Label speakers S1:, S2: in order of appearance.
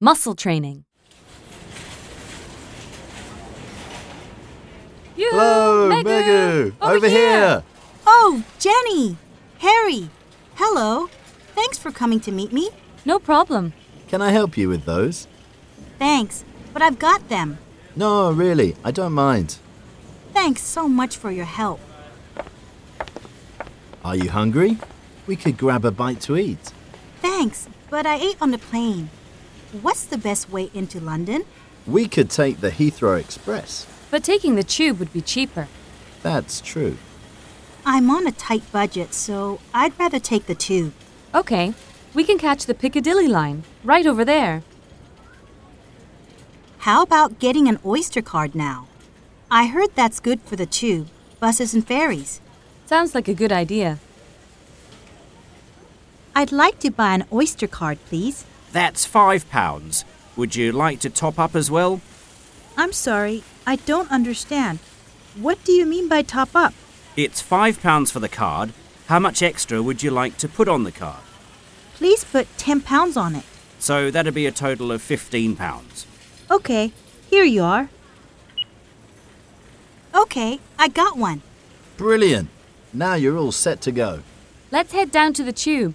S1: Muscle training.
S2: Yoo-hoo,
S3: Hello,
S2: Magoo!
S3: Magoo! Over, here!
S4: Oh, Jenny! Harry! Hello! Thanks for coming to meet me.
S1: No problem.
S3: Can I help you with those?
S4: Thanks, but I've got them.
S3: No, really, I don't mind.
S4: Thanks so much for your help.
S3: Are you hungry? We could grab a bite to eat.
S4: Thanks, but I ate on the plane. What's the best way into London?
S3: We could take the Heathrow Express.
S1: But taking the tube would be cheaper.
S3: That's true.
S4: I'm on a tight budget, so I'd rather take the tube.
S1: Okay, we can catch the Piccadilly line right over there.
S4: How about getting an Oyster card now? I heard that's good for the tube, buses, and ferries.
S1: Sounds like a good idea.
S4: I'd like to buy an Oyster card, please.
S5: That's £5. Would you like to top up as well?
S4: I'm sorry, I don't understand. What do you mean by top up?
S5: It's £5 for the card. How much extra would you like to put on the card?
S4: Please put 10 pounds on it.
S5: So that'd be a total of £15.
S4: Okay, here you are. Okay, I got one.
S3: Brilliant! Now you're all set to go.
S1: Let's head down to the tube.